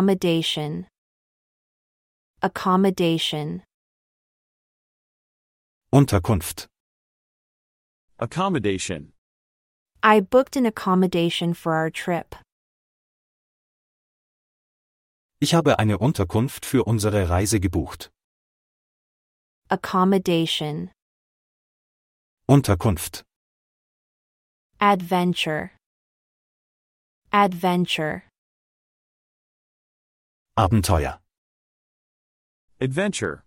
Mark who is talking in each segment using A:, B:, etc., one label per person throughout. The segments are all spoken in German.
A: accommodation accommodation
B: Unterkunft.
C: accommodation,
A: I booked an accommodation for our trip.
B: Ich habe eine Unterkunft für unsere Reise gebucht.
A: Accommodation.
B: Unterkunft.
A: Adventure. Adventure.
B: Abenteuer.
C: adventure,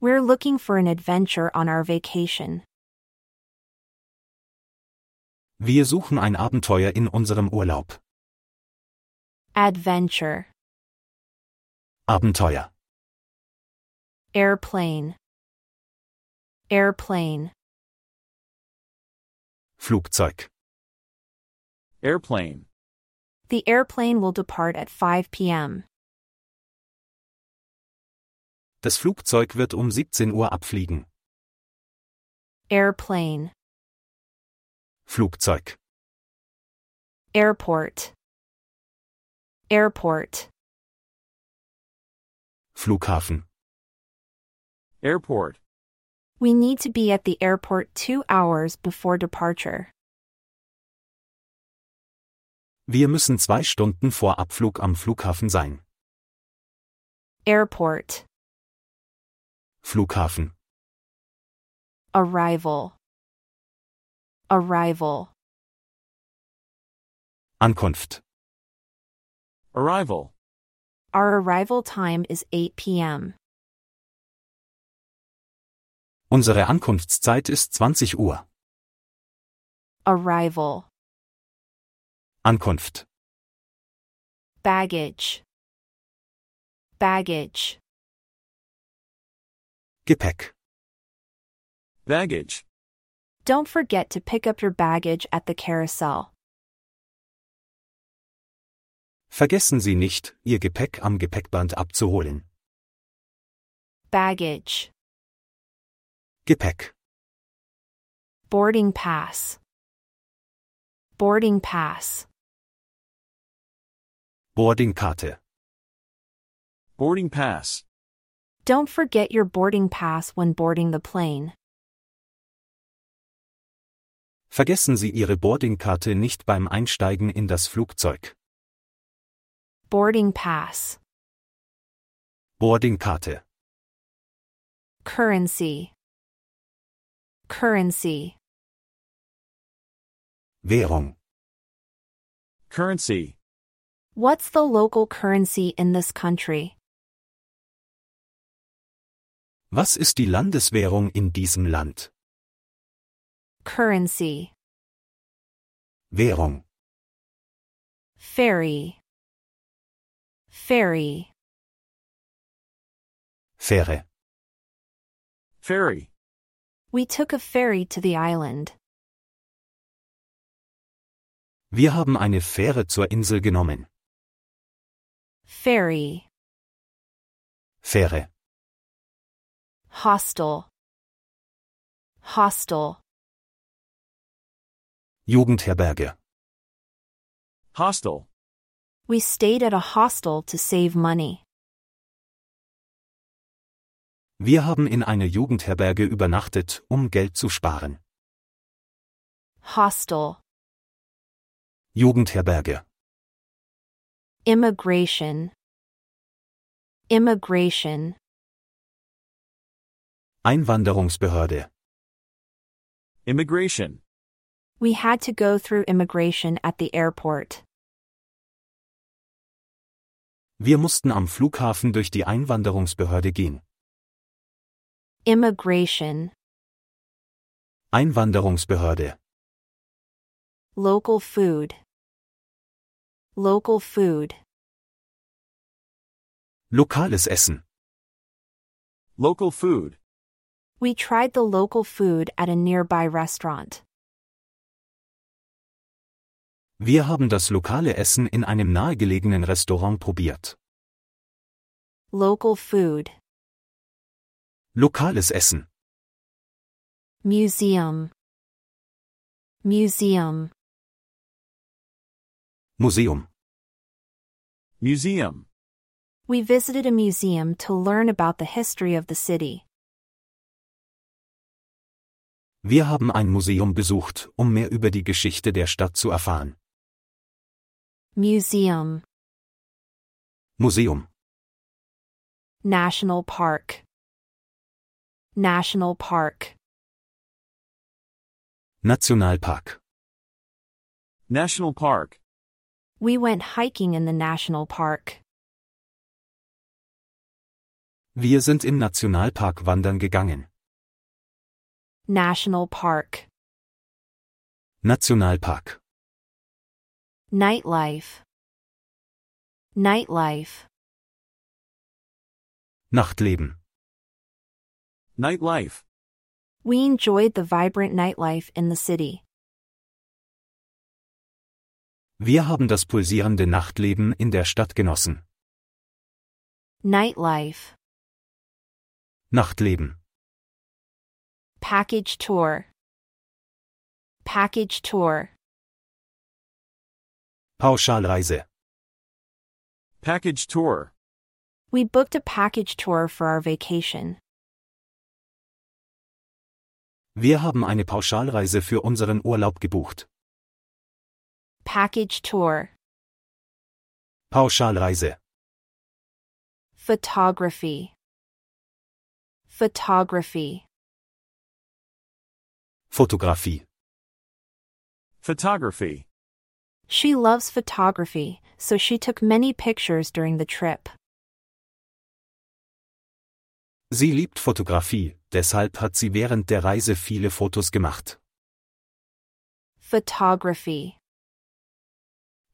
A: We're looking for an adventure on our vacation.
B: Wir suchen ein Abenteuer in unserem Urlaub.
A: Adventure.
B: Abenteuer.
A: Airplane. Airplane.
B: Flugzeug.
C: airplane,
A: The airplane will depart at 5 p.m.
B: Das Flugzeug wird um 17 Uhr abfliegen.
A: Airplane.
B: Flugzeug.
A: Airport. Airport.
B: Flughafen.
C: airport,
A: We need to be at the airport two hours before departure.
B: Wir müssen zwei Stunden vor Abflug am Flughafen sein.
A: Airport.
B: Flughafen.
A: Arrival. Arrival.
B: Ankunft.
C: arrival,
A: Our arrival time is 8 p.m.
B: Unsere Ankunftszeit ist 20 Uhr.
A: Arrival.
B: Ankunft.
A: Baggage. Baggage.
B: Gepäck.
C: baggage,
A: Don't forget to pick up your baggage at the carousel.
B: Vergessen Sie nicht, Ihr Gepäck am Gepäckband abzuholen.
A: Baggage.
B: Gepäck.
A: Boarding pass. Boarding pass.
B: Boardingkarte.
C: boarding pass,
A: Don't forget your boarding pass when boarding the plane.
B: Vergessen Sie Ihre Boardingkarte nicht beim Einsteigen in das Flugzeug.
A: Boarding pass.
B: Boardingkarte.
A: Currency. Currency.
B: Währung.
C: currency,
A: What's the local currency in this country?
B: Was ist die Landeswährung in diesem Land?
A: Currency.
B: Währung.
A: Ferry. Ferry.
B: Fähre.
C: ferry,
A: We took a ferry to the island.
B: Wir haben eine Fähre zur Insel genommen.
A: Ferry.
B: Fähre.
A: Hostel. Hostel.
B: Jugendherberge.
C: hostel,
A: We stayed at a hostel to save money.
B: Wir haben in einer Jugendherberge übernachtet, um Geld zu sparen.
A: Hostel.
B: Jugendherberge.
A: Immigration. Immigration.
B: Einwanderungsbehörde.
C: immigration,
A: We had to go through immigration at the airport.
B: Wir mussten am Flughafen durch die Einwanderungsbehörde gehen.
A: Immigration.
B: Einwanderungsbehörde.
A: Local food. Local food.
B: Lokales Essen.
C: local food,
A: We tried the local food at a nearby restaurant.
B: Wir haben das lokale Essen in einem nahegelegenen Restaurant probiert.
A: Local food.
B: Lokales Essen.
A: Museum. Museum.
B: Museum.
C: Museum.
A: We visited a museum to learn about the history of the city.
B: Wir haben ein Museum besucht, um mehr über die Geschichte der Stadt zu erfahren.
A: Museum.
B: Museum.
A: National Park. National Park.
B: Nationalpark.
C: National Park.
A: We went hiking in the national park.
B: Wir sind im Nationalpark wandern gegangen.
A: National Park.
B: Nationalpark.
A: Nightlife. Nightlife.
B: Nachtleben.
C: Nightlife.
A: We enjoyed the vibrant nightlife in the city.
B: Wir haben das pulsierende Nachtleben in der Stadt genossen.
A: Nightlife.
B: Nachtleben.
A: Package tour. Package tour.
B: Pauschalreise.
C: Package tour.
A: We booked a package tour for our vacation.
B: Wir haben eine Pauschalreise für unseren Urlaub gebucht.
A: Package tour.
B: Pauschalreise.
A: Photography. Photography.
B: Fotografie.
C: Photography.
A: She loves photography, so she took many pictures during the trip.
B: Sie liebt Fotografie, deshalb hat sie während der Reise viele Fotos gemacht.
A: Photography.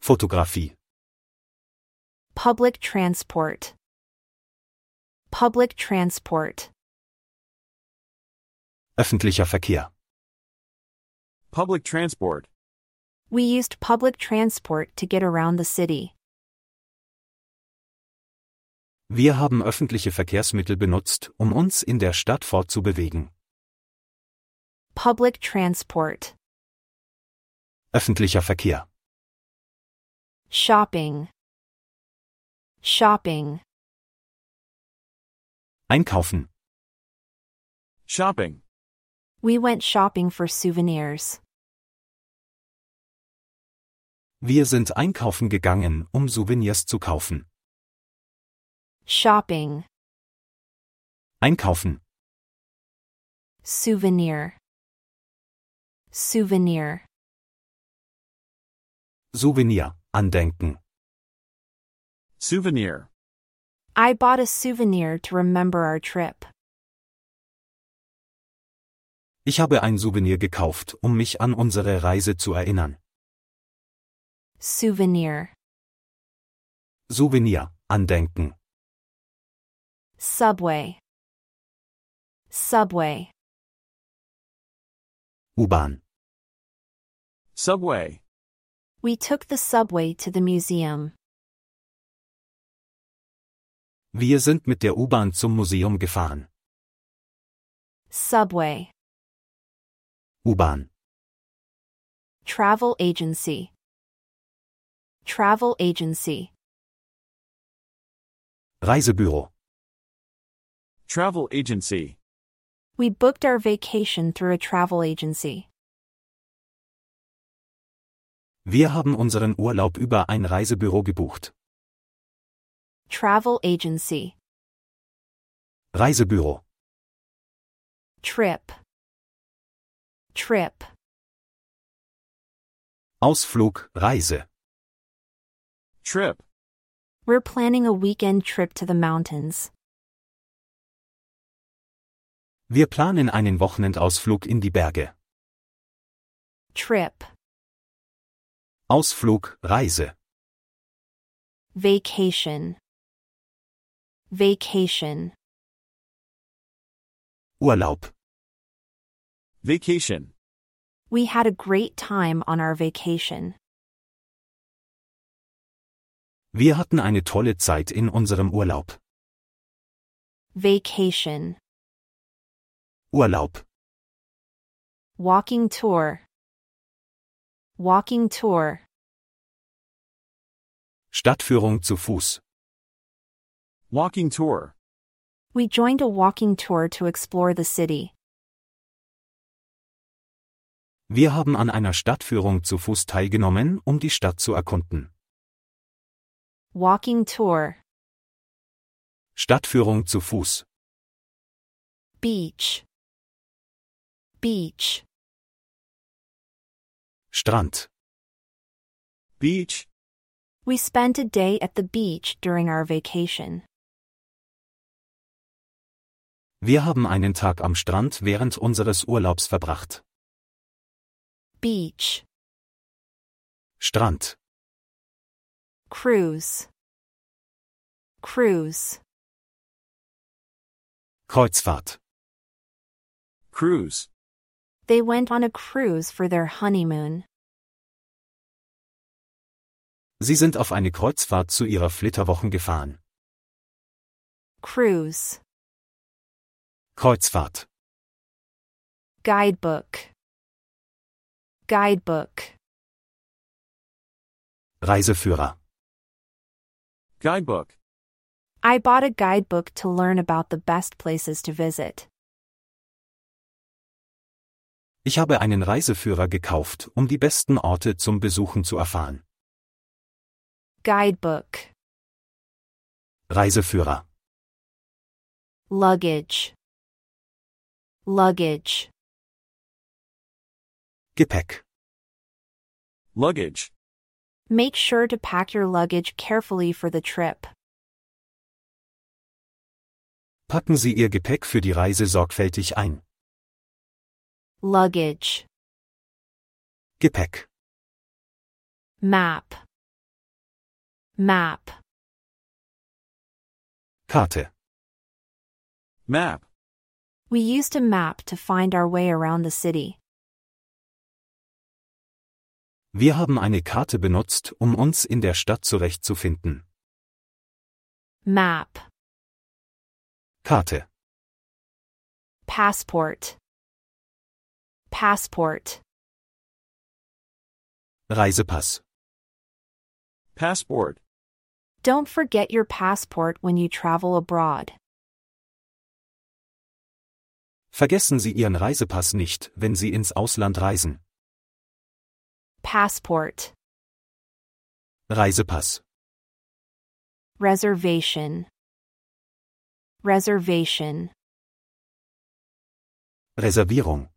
B: Fotografie.
A: Public transport. Public transport.
B: Öffentlicher Verkehr.
C: Public transport.
A: We used public transport to get around the city.
B: Wir haben öffentliche Verkehrsmittel benutzt, um uns in der Stadt fortzubewegen.
A: Public transport.
B: Öffentlicher Verkehr.
A: Shopping. Shopping.
B: Einkaufen.
C: Shopping.
A: We went shopping for souvenirs.
B: Wir sind einkaufen gegangen, um Souvenirs zu kaufen.
A: Shopping.
B: Einkaufen.
A: Souvenir. Souvenir.
B: Souvenir. Andenken.
C: Souvenir.
A: I bought a souvenir to remember our trip.
B: Ich habe ein Souvenir gekauft, um mich an unsere Reise zu erinnern.
A: Souvenir.
B: Souvenir. Andenken.
A: Subway. Subway.
B: U-Bahn.
C: Subway.
A: We took the subway to the museum.
B: Wir sind mit der U-Bahn zum Museum gefahren.
A: Subway.
B: U-Bahn.
A: Travel agency. Travel agency.
B: Reisebüro.
C: Travel agency.
A: We booked our vacation through a travel agency.
B: Wir haben unseren Urlaub über ein Reisebüro gebucht.
A: Travel agency.
B: Reisebüro.
A: Trip. Trip.
B: Ausflug, Reise.
C: Trip.
A: We're planning a weekend trip to the mountains.
B: Wir planen einen Wochenendausflug in die Berge.
A: Trip.
B: Ausflug, Reise.
A: Vacation. Vacation.
B: Urlaub.
C: Vacation.
A: We had a great time on our vacation.
B: Wir hatten eine tolle Zeit in unserem Urlaub.
A: Vacation.
B: Urlaub.
A: Walking tour. Walking tour.
B: Stadtführung zu Fuß.
C: Walking tour.
A: We joined a walking tour to explore the city.
B: Wir haben an einer Stadtführung zu Fuß teilgenommen, um die Stadt zu erkunden.
A: Walking tour.
B: Stadtführung zu Fuß.
A: Beach. Beach.
B: Strand.
C: Beach.
A: We spent a day at the beach during our vacation.
B: Wir haben einen Tag am Strand während unseres Urlaubs verbracht.
A: Beach.
B: Strand.
A: Cruise. Cruise.
B: Kreuzfahrt.
C: Cruise.
A: They went on a cruise for their honeymoon.
B: Sie sind auf eine Kreuzfahrt zu ihrer Flitterwochen gefahren.
A: Cruise.
B: Kreuzfahrt.
A: Guidebook. Guidebook.
B: Reiseführer.
C: Guidebook.
A: I bought a guidebook to learn about the best places to visit.
B: Ich habe einen Reiseführer gekauft, um die besten Orte zum Besuchen zu erfahren.
A: Guidebook.
B: Reiseführer.
A: Luggage. Luggage.
B: Gepäck.
C: Luggage.
A: Make sure to pack your luggage carefully for the trip.
B: Packen Sie Ihr Gepäck für die Reise sorgfältig ein.
A: Luggage.
B: Gepäck.
A: Map. Map.
B: Karte.
C: Map.
A: We used a map to find our way around the city.
B: Wir haben eine Karte benutzt, um uns in der Stadt zurechtzufinden.
A: Map.
B: Karte.
A: Passport. Passport.
B: Reisepass.
C: Passport.
A: Don't forget your passport when you travel abroad.
B: Vergessen Sie Ihren Reisepass nicht, wenn Sie ins Ausland reisen.
A: Passport.
B: Reisepass.
A: Reservation. Reservation.
B: Reservierung.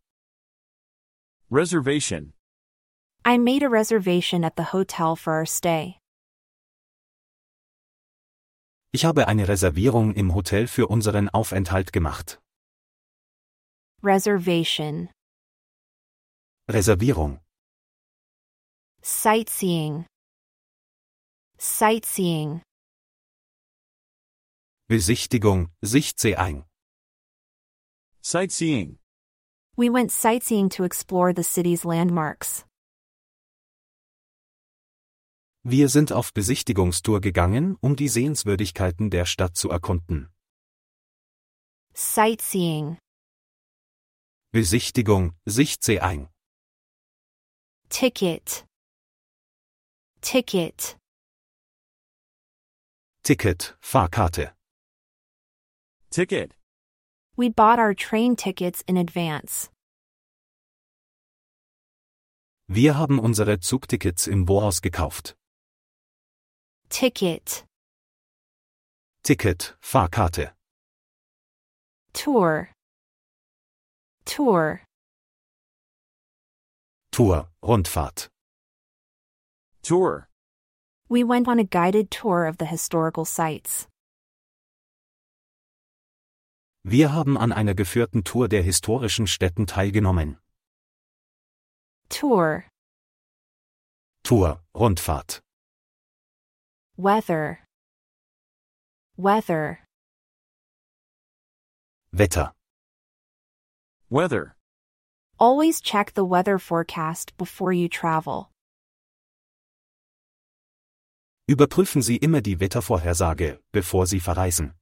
C: Reservation.
A: I made a reservation at the hotel for our stay.
B: Ich habe eine Reservierung im Hotel für unseren Aufenthalt gemacht.
A: Reservation.
B: Reservierung.
A: Sightseeing. Sightseeing.
B: Besichtigung, Sichtsee ein.
C: Sightseeing.
A: We went sightseeing to explore the city's landmarks.
B: Wir sind auf Besichtigungstour gegangen, um die Sehenswürdigkeiten der Stadt zu erkunden.
A: Sightseeing.
B: Besichtigung, Sichtsee ein.
A: Ticket. Ticket.
B: Ticket, Fahrkarte.
C: Ticket.
A: We bought our train tickets in advance.
B: Wir haben unsere Zugtickets im Voraus gekauft.
A: Ticket.
B: Ticket, Fahrkarte.
A: Tour. Tour.
B: Tour, Rundfahrt.
C: Tour.
A: We went on a guided tour of the historical sites.
B: Wir haben an einer geführten Tour der historischen Städten teilgenommen.
A: Tour.
B: Tour, Rundfahrt.
A: Weather. Weather.
B: Wetter.
C: Weather.
A: Always check the weather forecast before you travel.
B: Überprüfen Sie immer die Wettervorhersage, bevor Sie verreisen.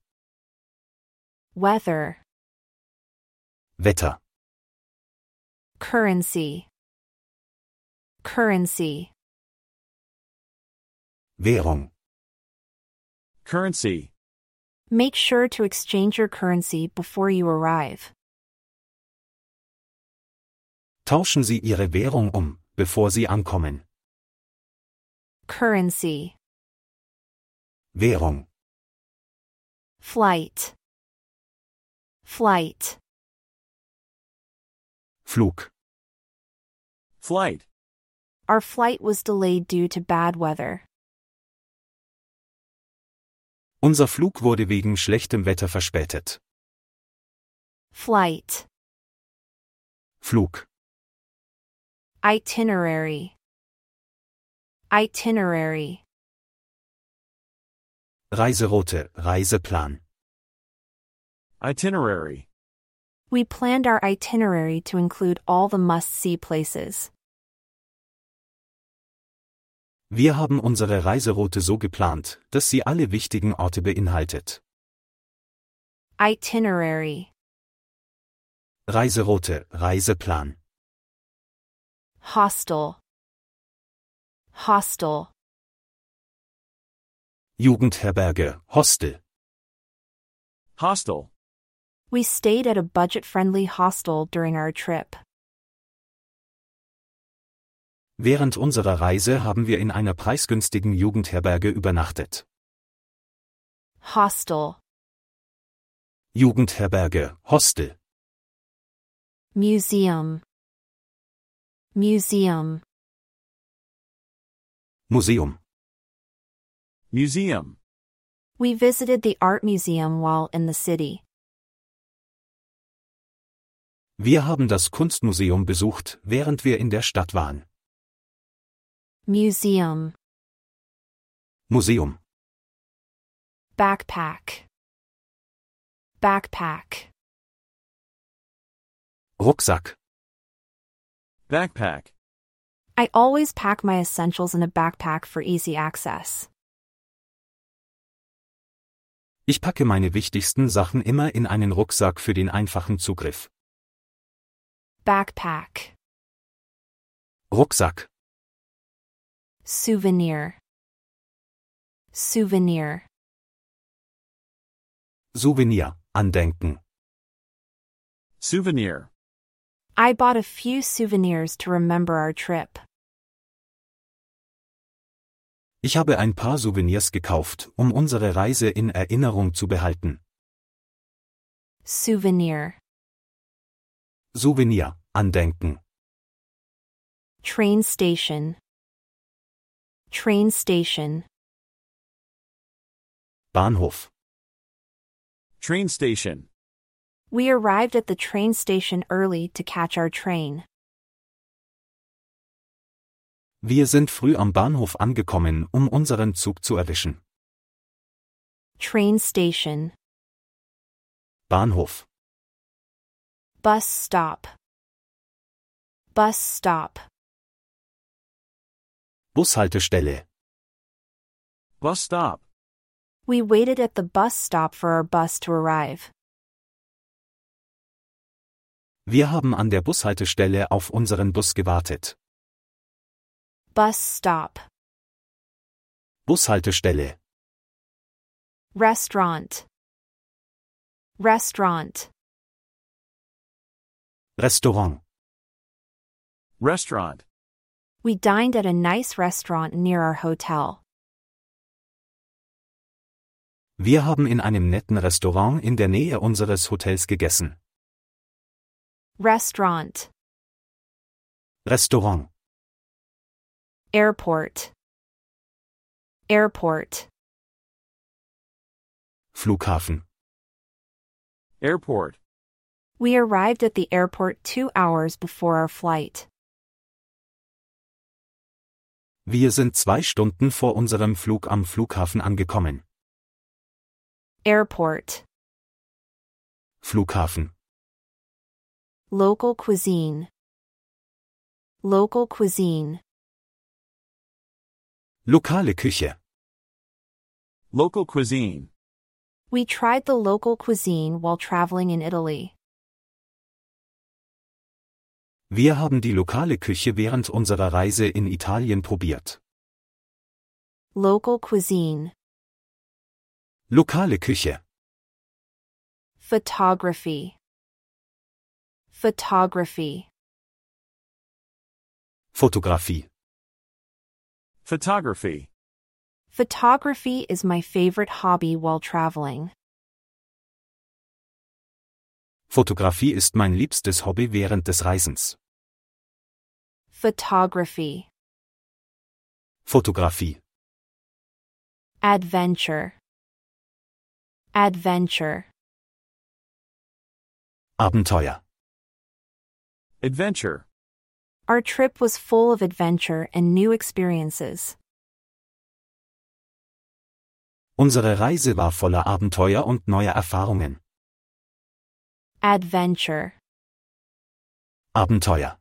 A: Weather.
B: Wetter.
A: Currency. Currency.
B: Währung.
C: Currency.
A: Make sure to exchange your currency before you arrive.
B: Tauschen Sie Ihre Währung um, bevor Sie ankommen.
A: Currency.
B: Währung.
A: Flight. Flight.
B: Flug.
C: Flight.
A: Our flight was delayed due to bad weather.
B: Unser Flug wurde wegen schlechtem Wetter verspätet.
A: Flight.
B: Flug.
A: Itinerary. Itinerary.
B: Reiseroute, Reiseplan.
C: Itinerary.
A: We planned our itinerary to include all the must see places.
B: Wir haben unsere Reiseroute so geplant, dass sie alle wichtigen Orte beinhaltet.
A: Itinerary.
B: Reiseroute, Reiseplan.
A: Hostel. Hostel.
B: Jugendherberge, Hostel.
C: Hostel.
A: We stayed at a budget friendly hostel during our trip.
B: Während unserer Reise haben wir in einer preisgünstigen Jugendherberge übernachtet.
A: Hostel.
B: Jugendherberge, Hostel.
A: Museum. Museum.
B: Museum.
C: Museum.
A: We visited the art museum while in the city.
B: Wir haben das Kunstmuseum besucht, während wir in der Stadt waren.
A: Museum.
B: Museum.
A: Backpack. Backpack.
B: Rucksack.
C: Backpack.
A: I always pack my essentials in a backpack for easy access.
B: Ich packe meine wichtigsten Sachen immer in einen Rucksack für den einfachen Zugriff.
A: Backpack.
B: Rucksack.
A: Souvenir. Souvenir.
B: Souvenir. Andenken.
C: Souvenir.
A: I bought a few souvenirs to remember our trip.
B: Ich habe ein paar Souvenirs gekauft, um unsere Reise in Erinnerung zu behalten.
A: Souvenir.
B: Souvenir. Andenken.
A: Train station. Train station.
B: Bahnhof.
C: Train station.
A: We arrived at the train station early to catch our train.
B: Wir sind früh am Bahnhof angekommen, um unseren Zug zu erwischen.
A: Train station.
B: Bahnhof.
A: Bus stop. Bus stop.
B: Bushaltestelle.
C: Bus stop.
A: We waited at the bus stop for our bus to arrive.
B: Wir haben an der Bushaltestelle auf unseren Bus gewartet.
A: Bus stop.
B: Bushaltestelle.
A: Restaurant. Restaurant.
B: Restaurant.
C: Restaurant.
A: We dined at a nice restaurant near our hotel.
B: Wir haben in einem netten Restaurant in der Nähe unseres Hotels gegessen.
A: Restaurant.
B: Restaurant.
A: Airport. Airport.
B: Flughafen.
C: Airport.
A: We arrived at the airport two hours before our flight.
B: Wir sind zwei Stunden vor unserem Flug am Flughafen angekommen.
A: Airport.
B: Flughafen.
A: Local cuisine. Local cuisine.
B: Lokale Küche.
C: Local cuisine.
A: We tried the local cuisine while traveling in Italy.
B: Wir haben die lokale Küche während unserer Reise in Italien probiert.
A: Local cuisine.
B: Lokale Küche.
A: Photography. Photography.
B: Fotografie.
C: Photography.
A: Photography is my favorite hobby while traveling.
B: Fotografie ist mein liebstes Hobby während des Reisens.
A: Photography.
B: Fotografie.
A: Adventure. Adventure.
B: Abenteuer.
C: Adventure.
A: Our trip was full of adventure and new experiences.
B: Unsere Reise war voller Abenteuer und neuer Erfahrungen.
A: Adventure.
B: Abenteuer.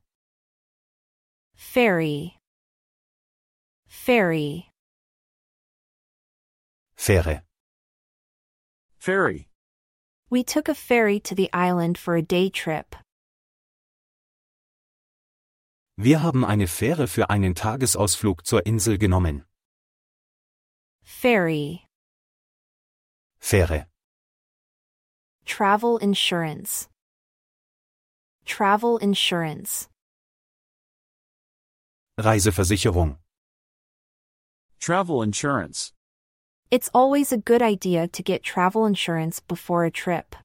A: Ferry. Ferry.
B: Fähre.
C: Ferry.
A: We took a ferry to the island for a day trip.
B: Wir haben eine Fähre für einen Tagesausflug zur Insel genommen.
A: Ferry.
B: Fähre.
A: Travel insurance. Travel insurance.
B: Reiseversicherung.
C: Travel insurance.
A: It's always a good idea to get travel insurance before a trip.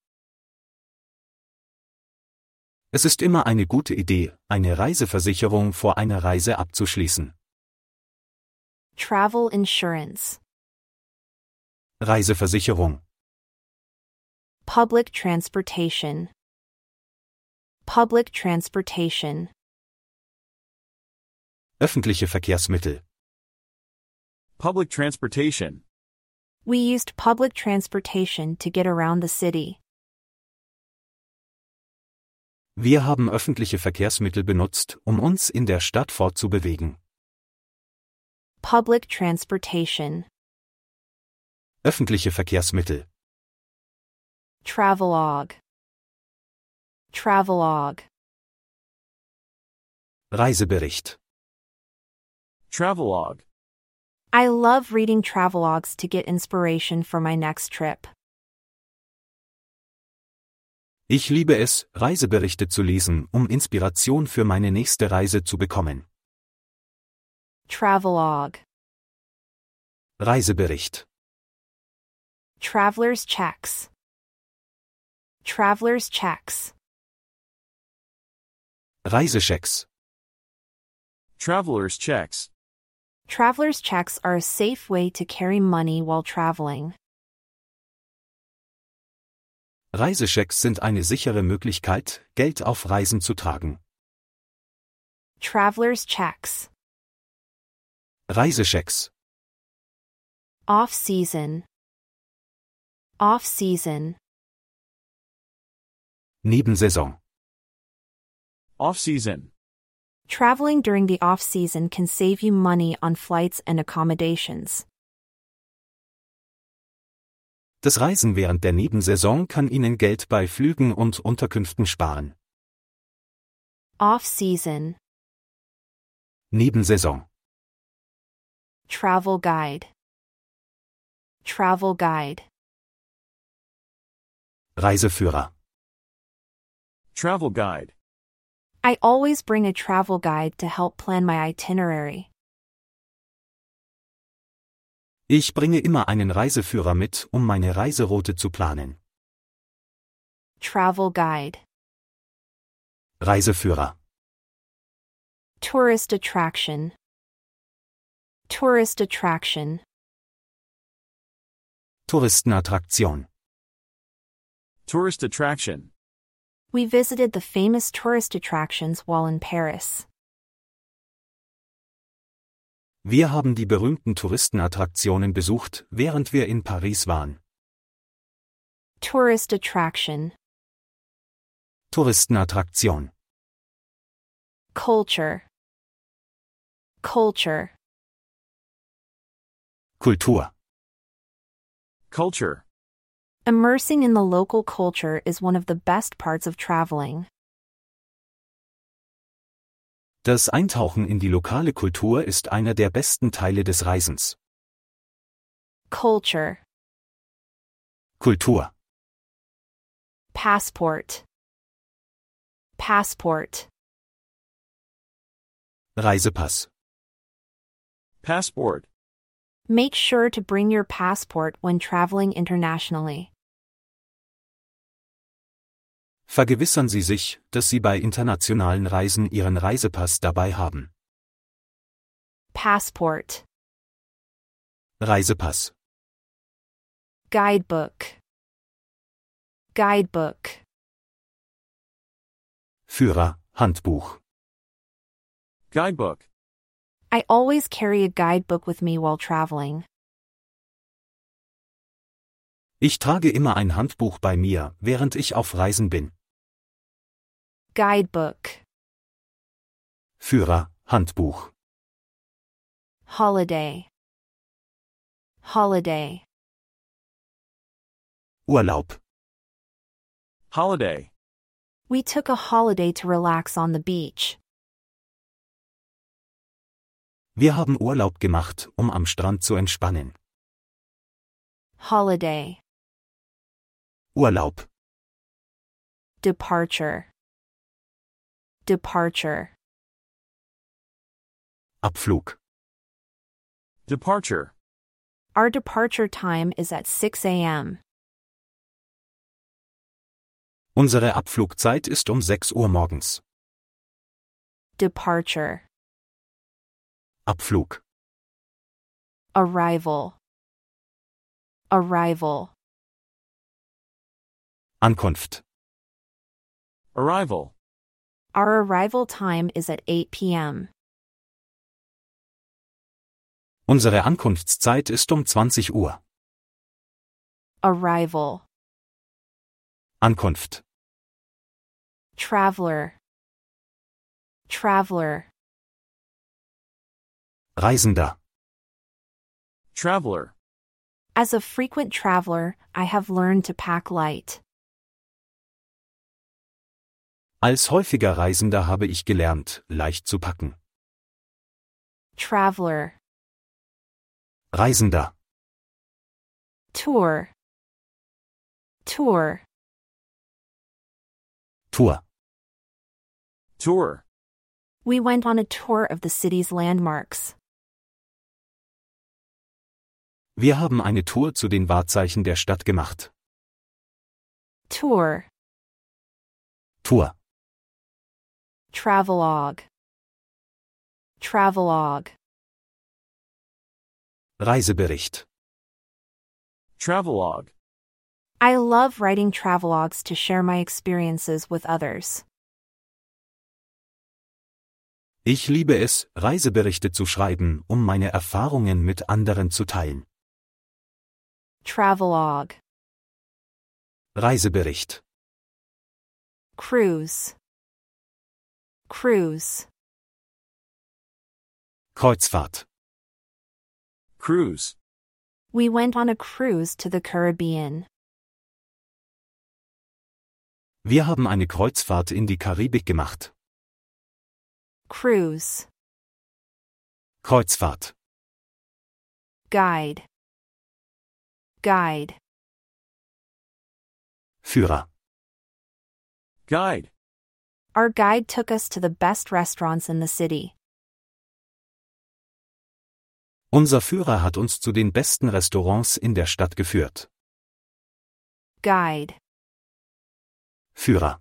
B: Es ist immer eine gute Idee, eine Reiseversicherung vor einer Reise abzuschließen.
A: Travel insurance.
B: Reiseversicherung.
A: Public transportation. Public transportation.
B: Öffentliche Verkehrsmittel.
C: Public transportation.
A: We used public transportation to get around the city.
B: Wir haben öffentliche Verkehrsmittel benutzt, um uns in der Stadt fortzubewegen.
A: Public transportation.
B: Öffentliche Verkehrsmittel.
A: Travelogue. Travelogue.
B: Reisebericht.
C: Travelogue.
A: I love reading travelogues to get inspiration for my next trip.
B: Ich liebe es, Reiseberichte zu lesen, um Inspiration für meine nächste Reise zu bekommen.
A: Travelogue.
B: Reisebericht.
A: Traveler's checks. Traveler's checks.
B: Reisechecks.
C: Traveler's checks.
A: Traveler's checks are a safe way to carry money while traveling.
B: Reisechecks sind eine sichere Möglichkeit, Geld auf Reisen zu tragen.
A: Traveler's checks.
B: Reisechecks.
A: Off season. Off season.
B: Nebensaison.
C: Off season.
A: Traveling during the off season can save you money on flights and accommodations.
B: Das Reisen während der Nebensaison kann Ihnen Geld bei Flügen und Unterkünften sparen.
A: Off season.
B: Nebensaison.
A: Travel guide. Travel guide.
B: Reiseführer.
C: Travel guide.
A: I always bring a travel guide to help plan my itinerary.
B: Ich bringe immer einen Reiseführer mit, um meine Reiseroute zu planen.
A: Travel guide.
B: Reiseführer.
A: Tourist attraction. Tourist attraction.
B: Touristenattraktion.
C: Tourist attraction.
A: We visited the famous tourist attractions while in Paris.
B: Wir haben die berühmten Touristenattraktionen besucht, während wir in Paris waren.
A: Tourist attraction.
B: Touristenattraktion.
A: Culture. Culture.
B: Kultur.
C: Culture.
A: Immersing in the local culture is one of the best parts of traveling.
B: Das Eintauchen in die lokale Kultur ist einer der besten Teile des Reisens.
A: Culture.
B: Kultur.
A: passport, passport,
B: Reisepass.
C: Passport.
A: Make sure to bring your passport when traveling internationally.
B: Vergewissern Sie sich, dass Sie bei internationalen Reisen Ihren Reisepass dabei haben.
A: Passport,
B: Reisepass.
A: guidebook, guidebook,
B: Führer, Handbuch.
C: Guidebook.
A: I always carry a guidebook with me while traveling.
B: Ich trage immer ein Handbuch bei mir, während ich auf Reisen bin.
A: Guidebook,
B: Führer, Handbuch.
A: holiday, holiday,
B: Urlaub.
C: Holiday.
A: We took a holiday to relax on the beach.
B: Wir haben Urlaub gemacht, um am Strand zu entspannen.
A: Holiday.
B: Urlaub.
A: Departure. Departure.
B: Abflug.
C: Departure.
A: Our departure time is at 6 a.m.
B: Unsere Abflugzeit ist um 6 Uhr morgens.
A: Departure.
B: Abflug.
A: Arrival. Arrival.
B: Ankunft.
C: Arrival.
A: Our arrival time is at 8 p.m.
B: Unsere Ankunftszeit ist um 20 Uhr.
A: Arrival.
B: Ankunft.
A: Traveler. Traveler.
B: Reisender.
C: Traveler.
A: As a frequent traveler, I have learned to pack light.
B: Als häufiger Reisender habe ich gelernt, leicht zu packen.
A: Traveler.
B: Reisender.
A: Tour. Tour.
B: Tour.
C: Tour.
A: We went on a tour of the city's landmarks.
B: Wir haben eine Tour zu den Wahrzeichen der Stadt gemacht.
A: Tour.
B: Tour.
A: Travelogue. Travelogue.
B: Reisebericht.
C: Travelogue.
A: I love writing travelogues to share my experiences with others.
B: Ich liebe es, Reiseberichte zu schreiben, um meine Erfahrungen mit anderen zu teilen.
A: Travelogue.
B: Reisebericht.
A: Cruise. Cruise.
B: Kreuzfahrt.
C: Cruise.
A: We went on a cruise to the Caribbean.
B: Wir haben eine Kreuzfahrt in die Karibik gemacht.
A: Cruise.
B: Kreuzfahrt.
A: Guide. Guide.
B: Führer.
C: Guide.
A: Our guide took us to the best restaurants in the city.
B: Unser Führer hat uns zu den besten Restaurants in der Stadt geführt.
A: Guide.
B: Führer.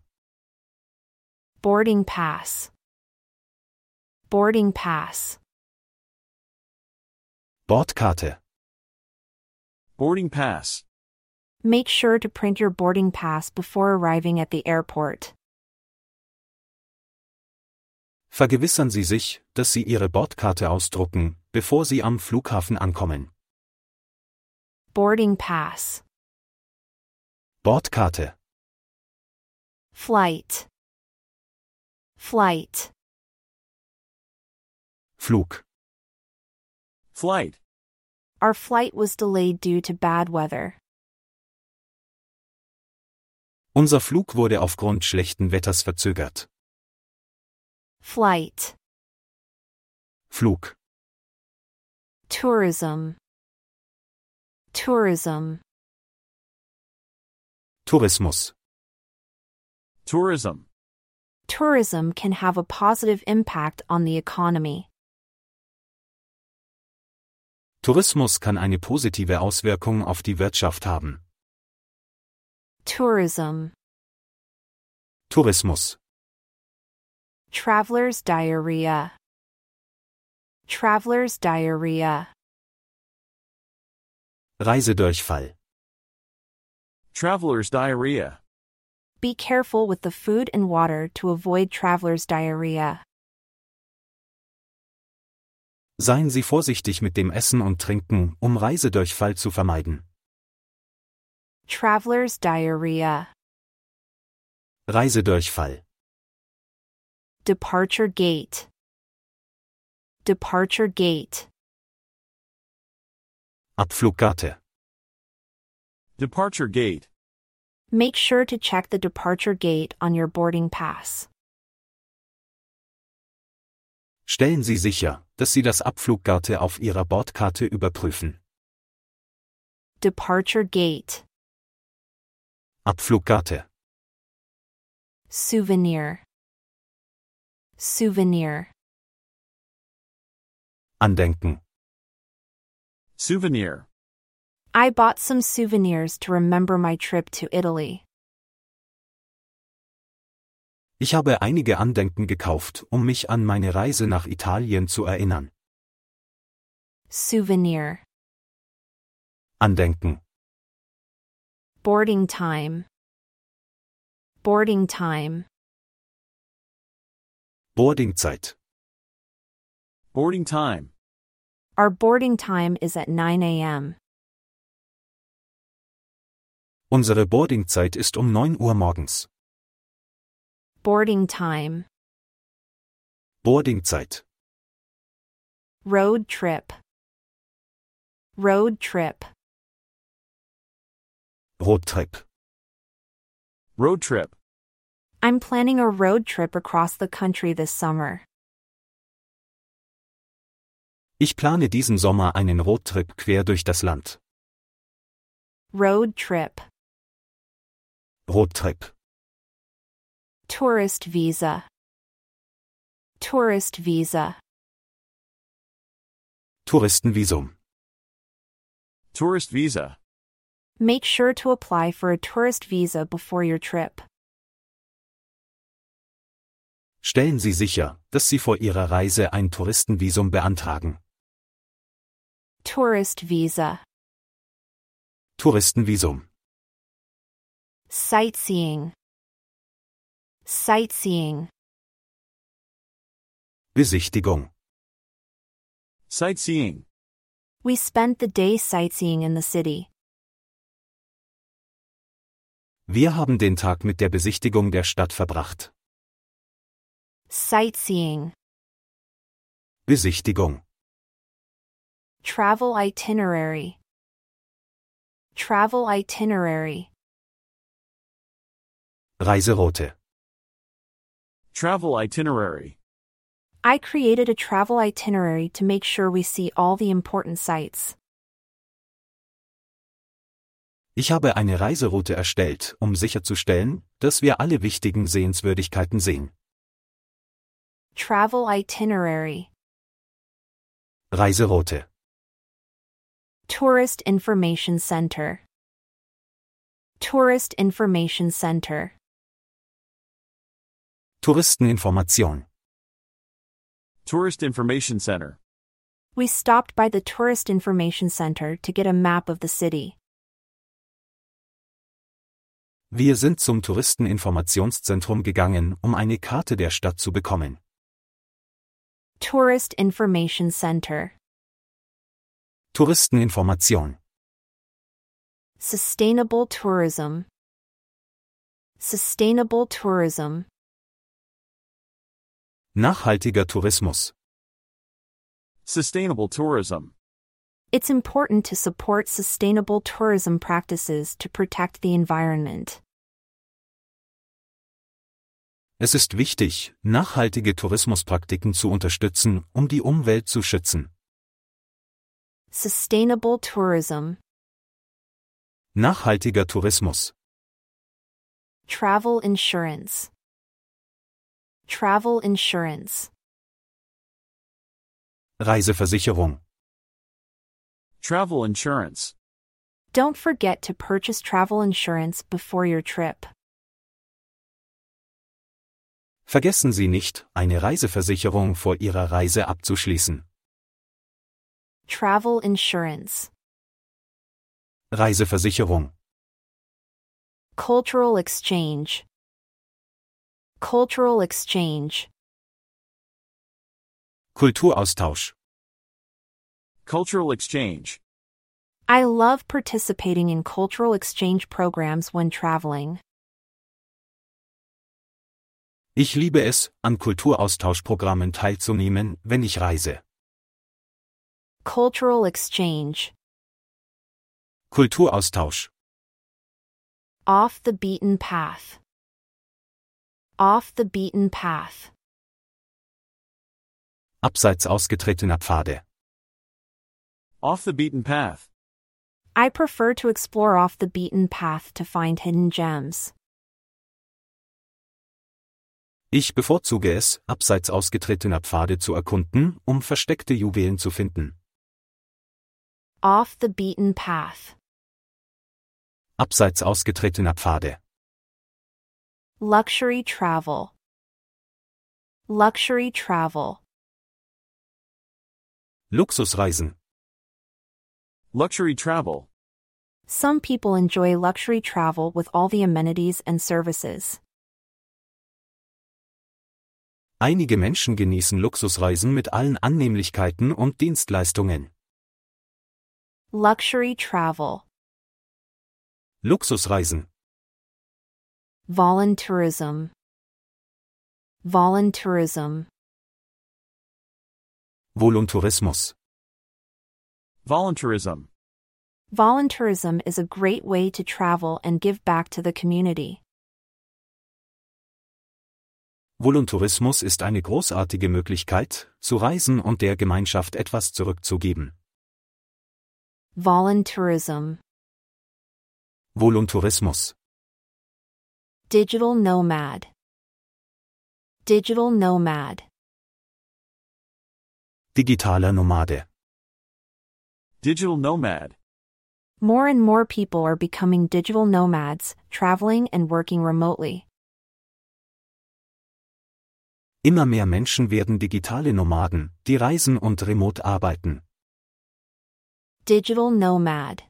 A: Boarding pass. Boarding pass.
B: Bordkarte.
C: Boarding pass.
A: Make sure to print your boarding pass before arriving at the airport.
B: Vergewissern Sie sich, dass Sie Ihre Bordkarte ausdrucken, bevor Sie am Flughafen ankommen.
A: Boarding pass.
B: Bordkarte.
A: Flight. Flight.
B: Flug.
C: Flight.
A: Our flight was delayed due to bad weather.
B: Unser Flug wurde aufgrund schlechten Wetters verzögert.
A: Flight.
B: Flug.
A: Tourism. Tourism.
B: Tourismus.
C: Tourism.
A: Tourism can have a positive impact on the economy.
B: Tourismus kann eine positive Auswirkung auf die Wirtschaft haben.
A: Tourism.
B: Tourismus.
A: Traveler's diarrhea. Traveler's diarrhea.
B: Reisedurchfall.
C: Traveler's diarrhea.
A: Be careful with the food and water to avoid traveler's diarrhea.
B: Seien Sie vorsichtig mit dem Essen und Trinken, um Reisedurchfall zu vermeiden.
A: Traveler's diarrhea.
B: Reisedurchfall.
A: Departure gate. Departure gate.
B: Abfluggate.
C: Departure gate.
A: Make sure to check the departure gate on your boarding pass.
B: Stellen Sie sicher, dass Sie das Abfluggate auf Ihrer Bordkarte überprüfen.
A: Departure gate.
B: Abfluggate.
A: Souvenir. Souvenir.
B: Andenken.
C: Souvenir.
A: I bought some souvenirs to remember my trip to Italy.
B: Ich habe einige Andenken gekauft, um mich an meine Reise nach Italien zu erinnern.
A: Souvenir.
B: Andenken.
A: Boarding time. Boarding time.
B: Boardingzeit.
C: Boarding time.
A: Our boarding time is at 9 a.m.
B: Unsere Boardingzeit ist um 9 Uhr morgens.
A: Boarding time.
B: Boardingzeit.
A: Road trip. Road trip.
B: Roadtrip.
C: Road trip.
A: I'm planning a road trip across the country this summer.
B: Ich plane diesen Sommer einen Roadtrip quer durch das Land.
A: Road trip.
B: Roadtrip.
A: Tourist visa. Tourist visa.
B: Touristenvisum.
C: Tourist visa.
A: Make sure to apply for a tourist visa before your trip.
B: Stellen Sie sicher, dass Sie vor Ihrer Reise ein Touristenvisum beantragen.
A: Tourist visa.
B: Touristenvisum.
A: Sightseeing. Sightseeing.
B: Besichtigung.
C: Sightseeing.
A: We spent the day sightseeing in the city.
B: Wir haben den Tag mit der Besichtigung der Stadt verbracht.
A: Sightseeing.
B: Besichtigung.
A: Travel itinerary. Travel itinerary.
B: Reiseroute.
C: Travel itinerary.
A: I created a travel itinerary to make sure we see all the important sites.
B: Ich habe eine Reiseroute erstellt, um sicherzustellen, dass wir alle wichtigen Sehenswürdigkeiten sehen.
A: Travel itinerary.
B: Reiseroute.
A: Tourist Information Center. Tourist Information Center.
B: Touristeninformation.
C: Tourist information center.
A: We stopped by the Tourist Information Center to get a map of the city.
B: Wir sind zum Touristeninformationszentrum gegangen, um eine Karte der Stadt zu bekommen.
A: Tourist Information Center.
B: Touristeninformation.
A: Sustainable tourism. Sustainable tourism.
B: Nachhaltiger Tourismus.
C: Sustainable tourism.
A: It's important to support sustainable tourism practices to protect the environment.
B: Es ist wichtig, nachhaltige Tourismuspraktiken zu unterstützen, um die Umwelt zu schützen.
A: Sustainable tourism.
B: Nachhaltiger Tourismus.
A: Travel insurance. Travel insurance.
B: Reiseversicherung.
C: Travel insurance.
A: Don't forget to purchase travel insurance before your trip.
B: Vergessen Sie nicht, eine Reiseversicherung vor Ihrer Reise abzuschließen.
A: Travel insurance.
B: Reiseversicherung.
A: Cultural exchange. Cultural exchange.
B: Kulturaustausch.
C: Cultural exchange.
A: I love participating in cultural exchange programs when traveling.
B: Ich liebe es, an Kulturaustauschprogrammen teilzunehmen, wenn ich reise.
A: Cultural exchange.
B: Kulturaustausch.
A: Off the beaten path. Off the beaten path.
B: Abseits ausgetretener Pfade.
C: Off the beaten path.
A: I prefer to explore off the beaten path to find hidden gems.
B: Ich bevorzuge es, abseits ausgetretener Pfade zu erkunden, um versteckte Juwelen zu finden.
A: Off the beaten path.
B: Abseits ausgetretener Pfade.
A: Luxury travel. Luxury travel.
B: Luxusreisen.
C: Luxury travel.
A: Some people enjoy luxury travel with all the amenities and services.
B: Einige Menschen genießen Luxusreisen mit allen Annehmlichkeiten und Dienstleistungen.
A: Luxury travel.
B: Luxusreisen.
A: Volunteerism. Volunteerism.
B: Voluntarismus.
C: Voluntarism.
A: Volunteerism is a great way to travel and give back to the community.
B: Voluntarismus ist eine großartige Möglichkeit, zu reisen und der Gemeinschaft etwas zurückzugeben.
A: Volunteerism.
B: Voluntarismus.
A: Digital nomad. Digital nomad.
B: Digitaler Nomade.
C: Digital nomad.
A: More and more people are becoming digital nomads, traveling and working remotely.
B: Immer mehr Menschen werden digitale Nomaden, die reisen und remote arbeiten.
A: Digital nomad.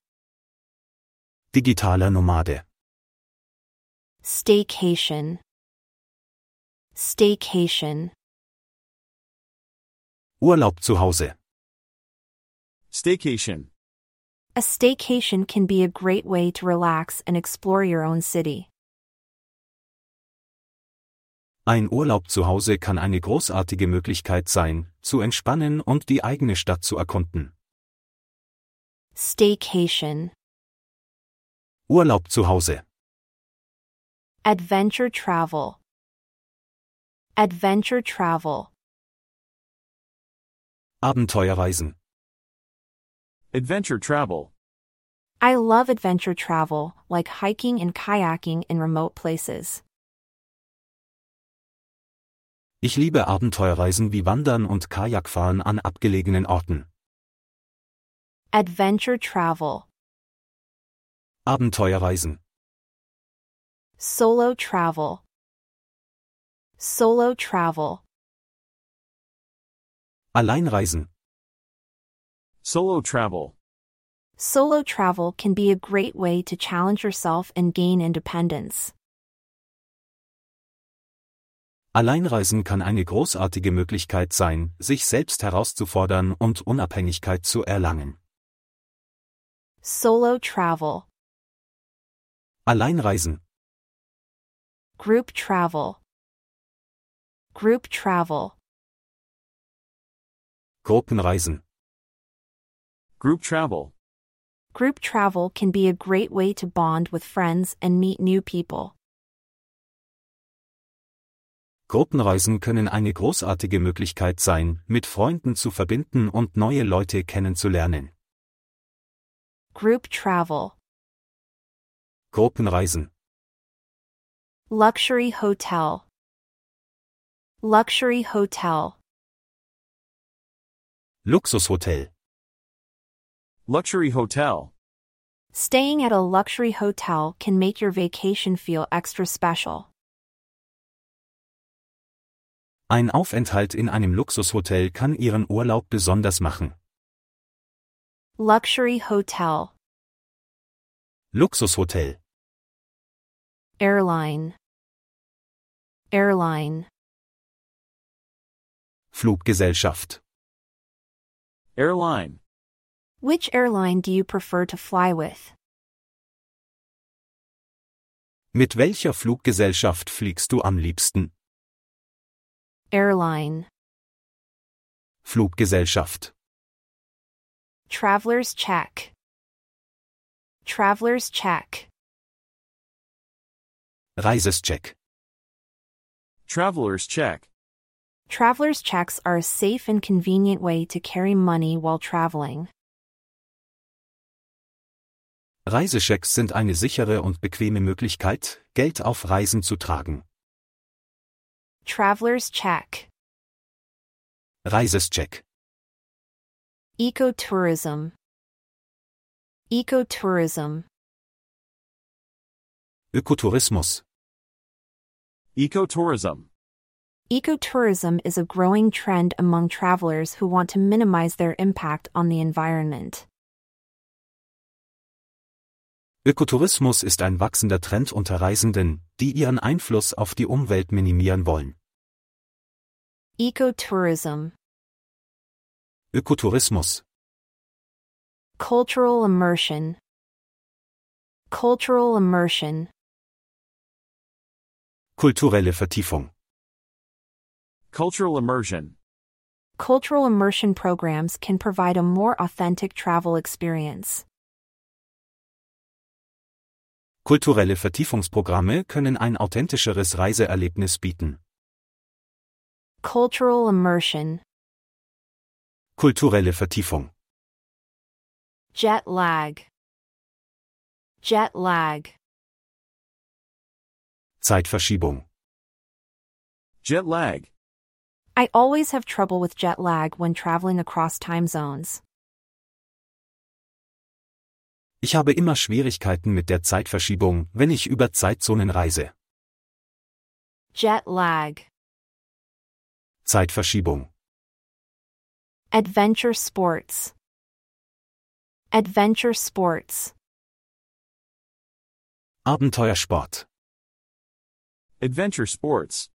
B: Digitaler Nomade.
A: Staycation. Staycation.
B: Urlaub zu Hause.
C: Staycation.
A: A staycation can be a great way to relax and explore your own city.
B: Ein Urlaub zu Hause kann eine großartige Möglichkeit sein, zu entspannen und die eigene Stadt zu erkunden.
A: Staycation.
B: Urlaub zu Hause.
A: Adventure travel. Adventure travel.
B: Abenteuerreisen.
C: Adventure travel.
A: I love adventure travel, like hiking and kayaking in remote places.
B: Ich liebe Abenteuerreisen wie Wandern und Kajakfahren an abgelegenen Orten.
A: Adventure travel.
B: Abenteuerreisen.
A: Solo travel. Solo travel.
B: Alleinreisen.
C: Solo travel.
A: Solo travel can be a great way to challenge yourself and gain independence.
B: Alleinreisen kann eine großartige Möglichkeit sein, sich selbst herauszufordern und Unabhängigkeit zu erlangen.
A: Solo travel.
B: Alleinreisen.
A: Group travel. Group travel.
B: Gruppenreisen.
C: Group travel.
A: Group travel can be a great way to bond with friends and meet new people.
B: Gruppenreisen können eine großartige Möglichkeit sein, mit Freunden zu verbinden und neue Leute kennenzulernen.
A: Group travel.
B: Gruppenreisen.
A: Luxury hotel. Luxury hotel.
B: Luxushotel.
C: Luxury hotel.
A: Staying at a luxury hotel can make your vacation feel extra special.
B: Ein Aufenthalt in einem Luxushotel kann Ihren Urlaub besonders machen.
A: Luxury hotel.
B: Luxushotel.
A: Airline. Airline.
B: Fluggesellschaft.
C: Airline.
A: Which airline do you prefer to fly with?
B: Mit welcher Fluggesellschaft fliegst du am liebsten?
A: Airline.
B: Fluggesellschaft.
A: Traveler's check. Traveler's check.
B: Reisescheck.
C: Traveler's check.
A: Traveler's checks are a safe and convenient way to carry money while traveling.
B: Reisechecks sind eine sichere und bequeme Möglichkeit, Geld auf Reisen zu tragen.
A: Traveler's check.
B: Reisescheck.
A: Ecotourism. Ecotourism.
B: Ökotourismus.
C: Ecotourism.
A: Ecotourism is a growing trend among travelers who want to minimize their impact on the environment.
B: Ökotourismus ist ein wachsender Trend unter Reisenden, die ihren Einfluss auf die Umwelt minimieren wollen.
A: Ecotourism.
B: Ökotourismus.
A: Cultural immersion. Cultural immersion.
B: Kulturelle Vertiefung.
C: Cultural immersion.
A: Cultural immersion programs can provide a more authentic travel experience.
B: Kulturelle Vertiefungsprogramme können ein authentischeres Reiseerlebnis bieten.
A: Cultural immersion.
B: Kulturelle Vertiefung.
A: Jet lag. Jet lag.
B: Zeitverschiebung.
C: Jet lag.
A: I always have trouble with jet lag when traveling across time zones.
B: Ich habe immer Schwierigkeiten mit der Zeitverschiebung, wenn ich über Zeitzonen reise.
A: Jet lag.
B: Zeitverschiebung.
A: Adventure sports. Adventure sports.
B: Abenteuersport.
C: Adventure sports.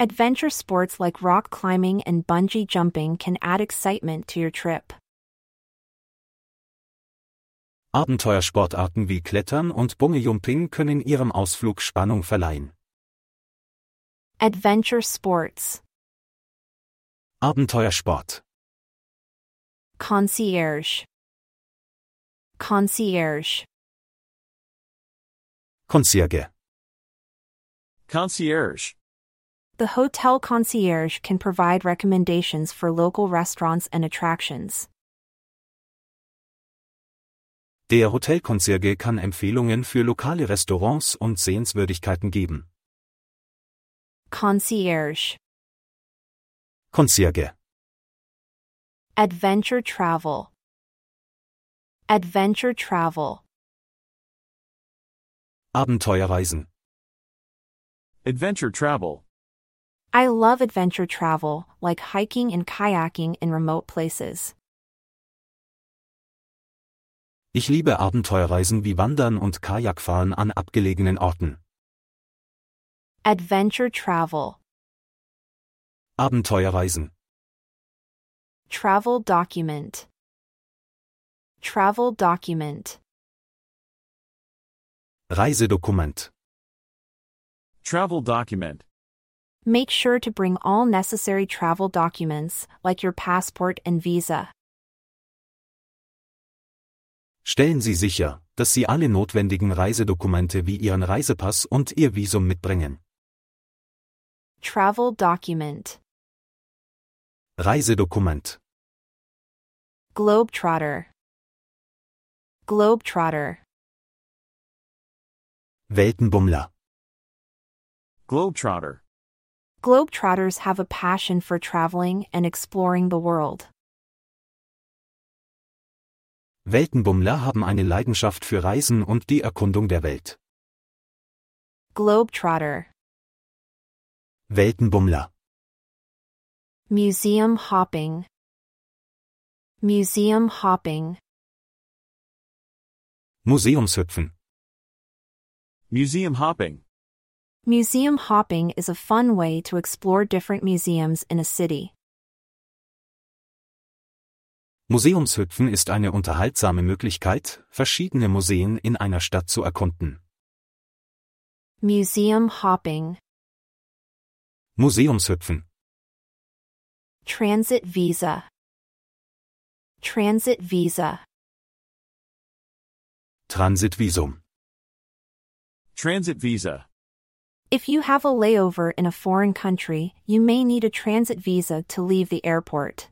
A: Adventure sports like rock climbing and bungee jumping can add excitement to your trip.
B: Abenteuersportarten wie Klettern und Bungejumping können Ihrem Ausflug Spannung verleihen.
A: Adventure sports.
B: Abenteuersport.
A: Concierge. Concierge.
B: Concierge.
C: Concierge.
A: The hotel concierge can provide recommendations for local restaurants and attractions.
B: Der Hotelkonzierge kann Empfehlungen für lokale Restaurants und Sehenswürdigkeiten geben.
A: Concierge.
B: Concierge.
A: Adventure travel. Adventure travel.
B: Abenteuerreisen.
C: Adventure travel.
A: I love adventure travel, like hiking and kayaking in remote places.
B: Ich liebe Abenteuerreisen wie Wandern und Kajakfahren an abgelegenen Orten.
A: Adventure travel.
B: Abenteuerreisen.
A: Travel document. Travel document.
B: Reisedokument.
C: Travel document.
A: Make sure to bring all necessary travel documents, like your passport and visa.
B: Stellen Sie sicher, dass Sie alle notwendigen Reisedokumente wie Ihren Reisepass und Ihr Visum mitbringen.
A: Travel document.
B: Reisedokument.
A: Globetrotter. Globetrotter.
B: Weltenbummler.
C: Globetrotter.
A: Globetrotters have a passion for traveling and exploring the world.
B: Weltenbummler haben eine Leidenschaft für Reisen und die Erkundung der Welt.
A: Globetrotter.
B: Weltenbummler.
A: Museum hopping. Museum hopping.
B: Museumshüpfen.
C: Museum hopping.
A: Museum hopping is a fun way to explore different museums in a city.
B: Museumshüpfen ist eine unterhaltsame Möglichkeit, verschiedene Museen in einer Stadt zu erkunden.
A: Museum hopping.
B: Museumshüpfen.
A: Transit visa. Transit visa.
B: Transitvisum.
C: Transit visa.
A: If you have a layover in a foreign country, you may need a transit visa to leave the airport.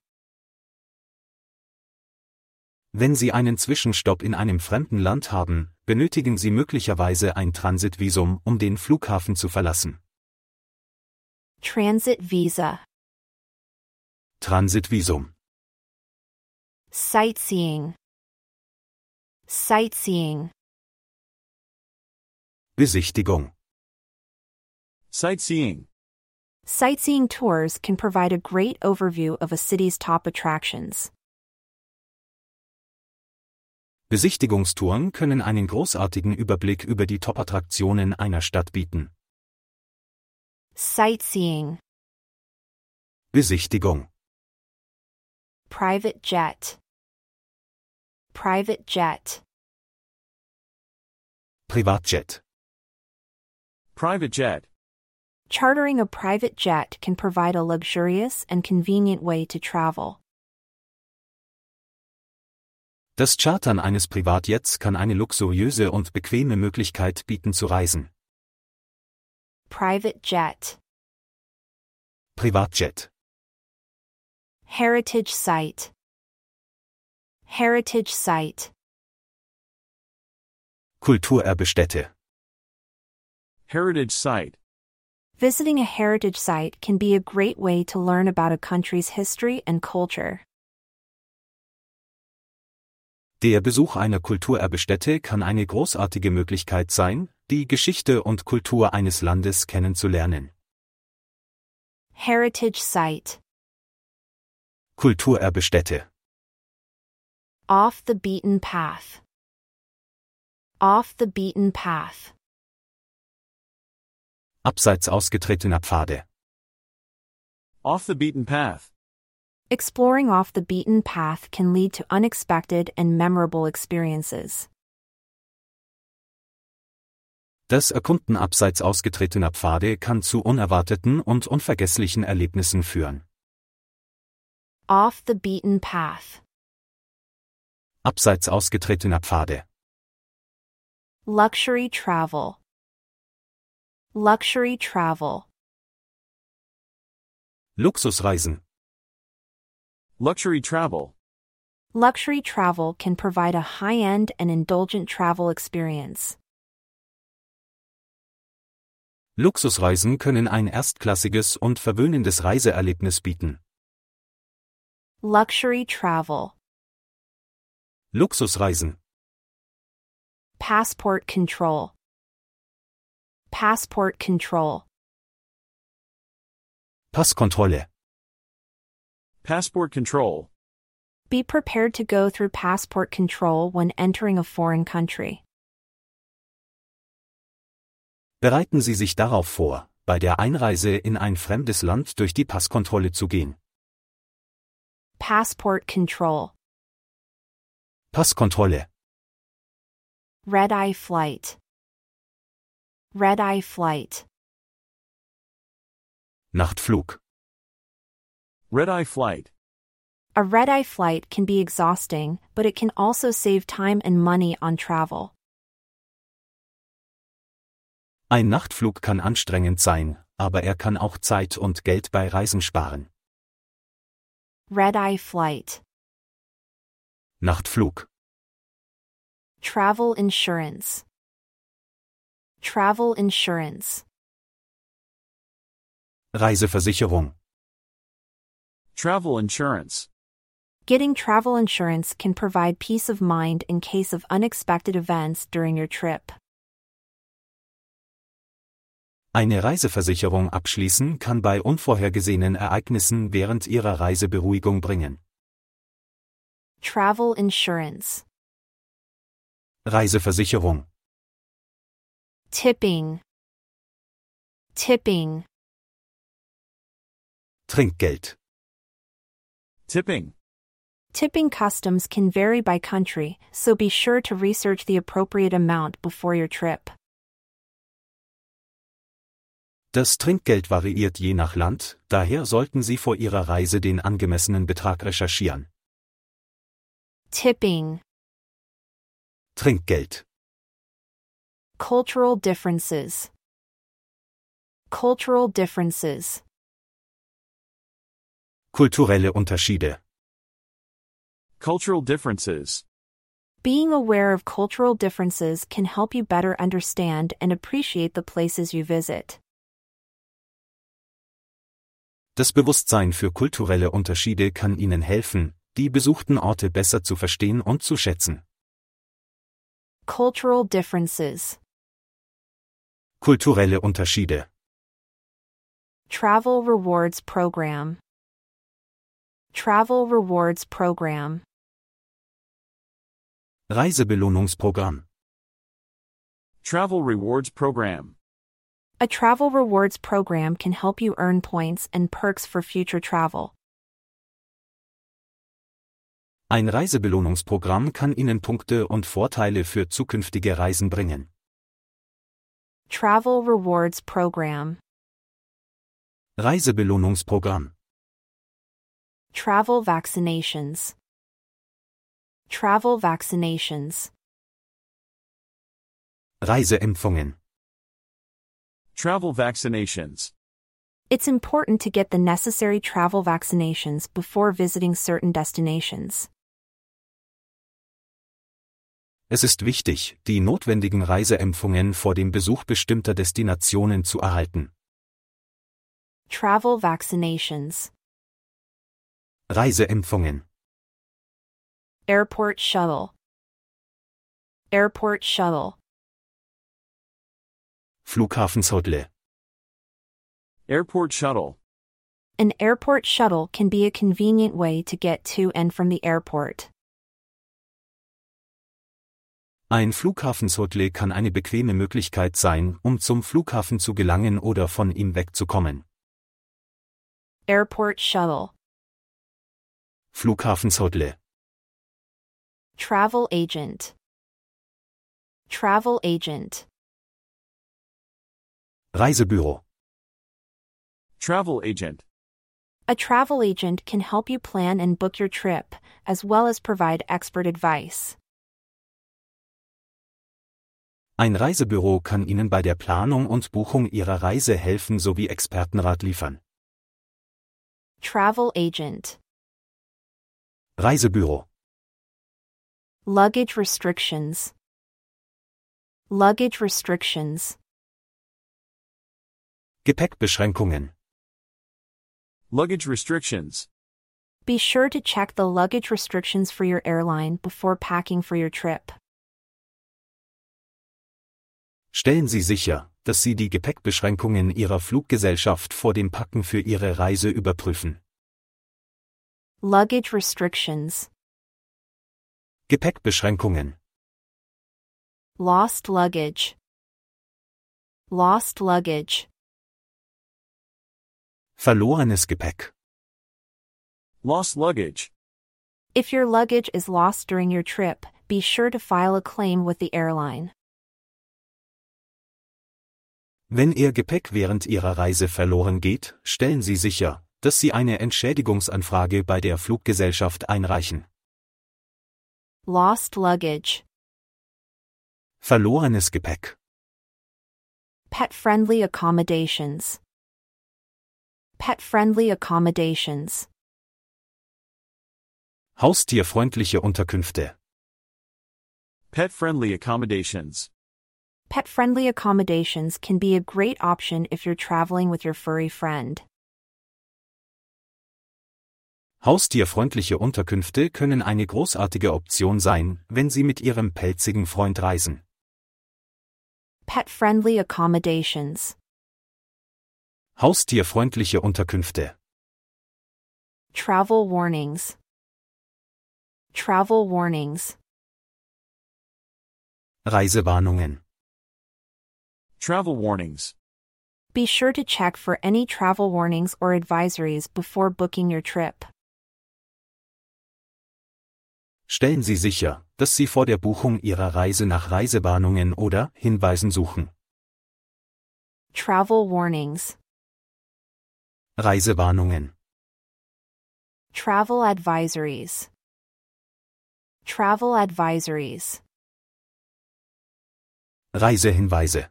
B: Wenn Sie einen Zwischenstopp in einem fremden Land haben, benötigen Sie möglicherweise ein Transitvisum, um den Flughafen zu verlassen.
A: Transit visa.
B: Transitvisum.
A: Sightseeing. Sightseeing.
B: Besichtigung.
C: Sightseeing.
A: Sightseeing tours can provide a great overview of a city's top attractions.
B: Besichtigungstouren können einen großartigen Überblick über die Top-Attraktionen einer Stadt bieten.
A: Sightseeing.
B: Besichtigung.
A: Private jet. Private jet.
B: Privatjet.
C: Private jet.
A: Chartering a private jet can provide a luxurious and convenient way to travel.
B: Das Chartern eines Privatjets kann eine luxuriöse und bequeme Möglichkeit bieten zu reisen.
A: Private jet.
B: Privatjet.
A: Heritage site. Heritage site.
B: Kulturerbestätte.
C: Heritage site.
A: Visiting a heritage site can be a great way to learn about a country's history and culture.
B: Der Besuch einer Kulturerbestätte kann eine großartige Möglichkeit sein, die Geschichte und Kultur eines Landes kennenzulernen.
A: Heritage site.
B: Kulturerbestätte.
A: Off the beaten path. Off the beaten path.
B: Abseits ausgetretener Pfade.
C: Off the beaten path.
A: Exploring off the beaten path can lead to unexpected and memorable experiences.
B: Das Erkunden abseits ausgetretener Pfade kann zu unerwarteten und unvergesslichen Erlebnissen führen.
A: Off the beaten path.
B: Abseits ausgetretener Pfade.
A: Luxury travel. Luxury travel.
B: Luxusreisen.
C: Luxury travel.
A: Luxury travel can provide a high end and indulgent travel experience.
B: Luxusreisen können ein erstklassiges und verwöhnendes Reiseerlebnis bieten.
A: Luxury travel.
B: Luxusreisen.
A: Passport control. Passport control.
B: Passkontrolle.
C: Passport control.
A: Be prepared to go through passport control when entering a foreign country.
B: Bereiten Sie sich darauf vor, bei der Einreise in ein fremdes Land durch die Passkontrolle zu gehen.
A: Passport control.
B: Passkontrolle.
A: Red eye flight. Red eye flight.
B: Nachtflug.
C: Red eye flight.
A: A red eye flight can be exhausting, but it can also save time and money on travel.
B: Ein Nachtflug kann anstrengend sein, aber er kann auch Zeit und Geld bei Reisen sparen.
A: Red eye flight.
B: Nachtflug.
A: Travel insurance. Travel insurance.
B: Reiseversicherung.
C: Travel insurance.
A: Getting travel insurance can provide peace of mind in case of unexpected events during your trip.
B: Eine Reiseversicherung abschließen kann bei unvorhergesehenen Ereignissen während Ihrer Reise Beruhigung bringen.
A: Travel insurance,
B: Reiseversicherung.
A: tipping, tipping,
B: Trinkgeld.
C: Tipping.
A: Tipping customs can vary by country, so be sure to research the appropriate amount before your trip.
B: Das Trinkgeld variiert je nach Land, daher sollten Sie vor Ihrer Reise den angemessenen Betrag recherchieren.
A: Tipping,
B: Trinkgeld.
A: cultural differences, cultural differences,
B: Kulturelle Unterschiede.
C: Cultural differences.
A: Being aware of cultural differences can help you better understand and appreciate the places you visit.
B: Das Bewusstsein für kulturelle Unterschiede kann Ihnen helfen, die besuchten Orte besser zu verstehen und zu schätzen.
A: Cultural differences,
B: Kulturelle Unterschiede.
A: travel rewards program, travel rewards program,
B: Reisebelohnungsprogramm.
C: Travel rewards program.
A: A travel rewards program can help you earn points and perks for future travel.
B: Ein Reisebelohnungsprogramm kann Ihnen Punkte und Vorteile für zukünftige Reisen bringen.
A: Travel rewards program,
B: Reisebelohnungsprogramm.
A: travel vaccinations, travel vaccinations,
B: Reiseimpfungen.
C: Travel vaccinations.
A: It's important to get the necessary travel vaccinations before visiting certain destinations.
B: Es ist wichtig, die notwendigen Reiseimpfungen vor dem Besuch bestimmter Destinationen zu erhalten.
A: Travel vaccinations,
B: Reiseimpfungen.
A: airport shuttle, airport shuttle,
B: Flughafenshotle.
C: Airport shuttle.
A: an airport shuttle can be a convenient way to get to and from the airport.
B: Ein Flughafenshotle kann eine bequeme Möglichkeit sein, um zum Flughafen zu gelangen oder von ihm wegzukommen.
A: Airport shuttle,
B: Flughafenshotle.
A: travel agent, travel agent,
B: Reisebüro.
C: Travel agent.
A: a travel agent can help you plan and book your trip, as well as provide expert advice.
B: Ein Reisebüro kann Ihnen bei der Planung und Buchung Ihrer Reise helfen sowie Expertenrat liefern.
A: Travel agent.
B: Reisebüro.
A: Luggage restrictions. Luggage restrictions.
B: Gepäckbeschränkungen.
C: Luggage restrictions.
A: Be sure to check the luggage restrictions for your airline before packing for your trip.
B: Stellen Sie sicher, dass Sie die Gepäckbeschränkungen Ihrer Fluggesellschaft vor dem Packen für Ihre Reise überprüfen.
A: Luggage restrictions.
B: Gepäckbeschränkungen.
A: Lost luggage. Lost luggage.
B: Verlorenes Gepäck.
C: Lost luggage.
A: If your luggage is lost during your trip, be sure to file a claim with the airline.
B: Wenn Ihr Gepäck während Ihrer Reise verloren geht, stellen Sie sicher, dass Sie eine Entschädigungsanfrage bei der Fluggesellschaft einreichen.
A: Lost luggage.
B: Verlorenes Gepäck.
A: Pet friendly accommodations. Pet friendly accommodations.
B: Haustierfreundliche Unterkünfte.
C: Pet friendly accommodations.
A: Pet friendly accommodations can be a great option if you're traveling with your furry friend.
B: Haustierfreundliche Unterkünfte können eine großartige Option sein, wenn Sie mit Ihrem pelzigen Freund reisen.
A: Pet friendly accommodations.
B: Haustierfreundliche Unterkünfte.
A: Travel warnings. Travel warnings.
B: Reisewarnungen.
C: Travel warnings.
A: Be sure to check for any travel warnings or advisories before booking your trip.
B: Stellen Sie sicher, dass Sie vor der Buchung Ihrer Reise nach Reisewarnungen oder Hinweisen suchen.
A: Travel warnings.
B: Reisewarnungen.
A: Travel advisories. Travel advisories.
B: Reisehinweise.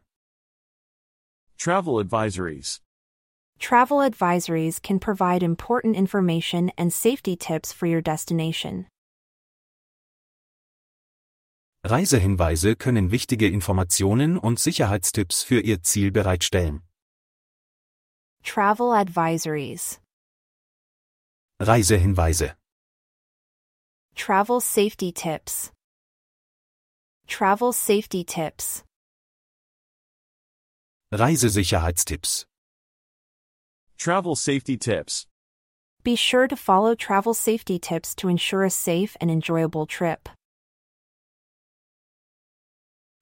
C: Travel advisories.
A: Travel advisories can provide important information and safety tips for your destination.
B: Reisehinweise können wichtige Informationen und Sicherheitstipps für Ihr Ziel bereitstellen.
A: Travel advisories.
B: Reisehinweise.
A: Travel safety tips. Travel safety tips.
B: Reisesicherheitstipps.
C: Travel safety tips.
A: Be sure to follow travel safety tips to ensure a safe and enjoyable trip.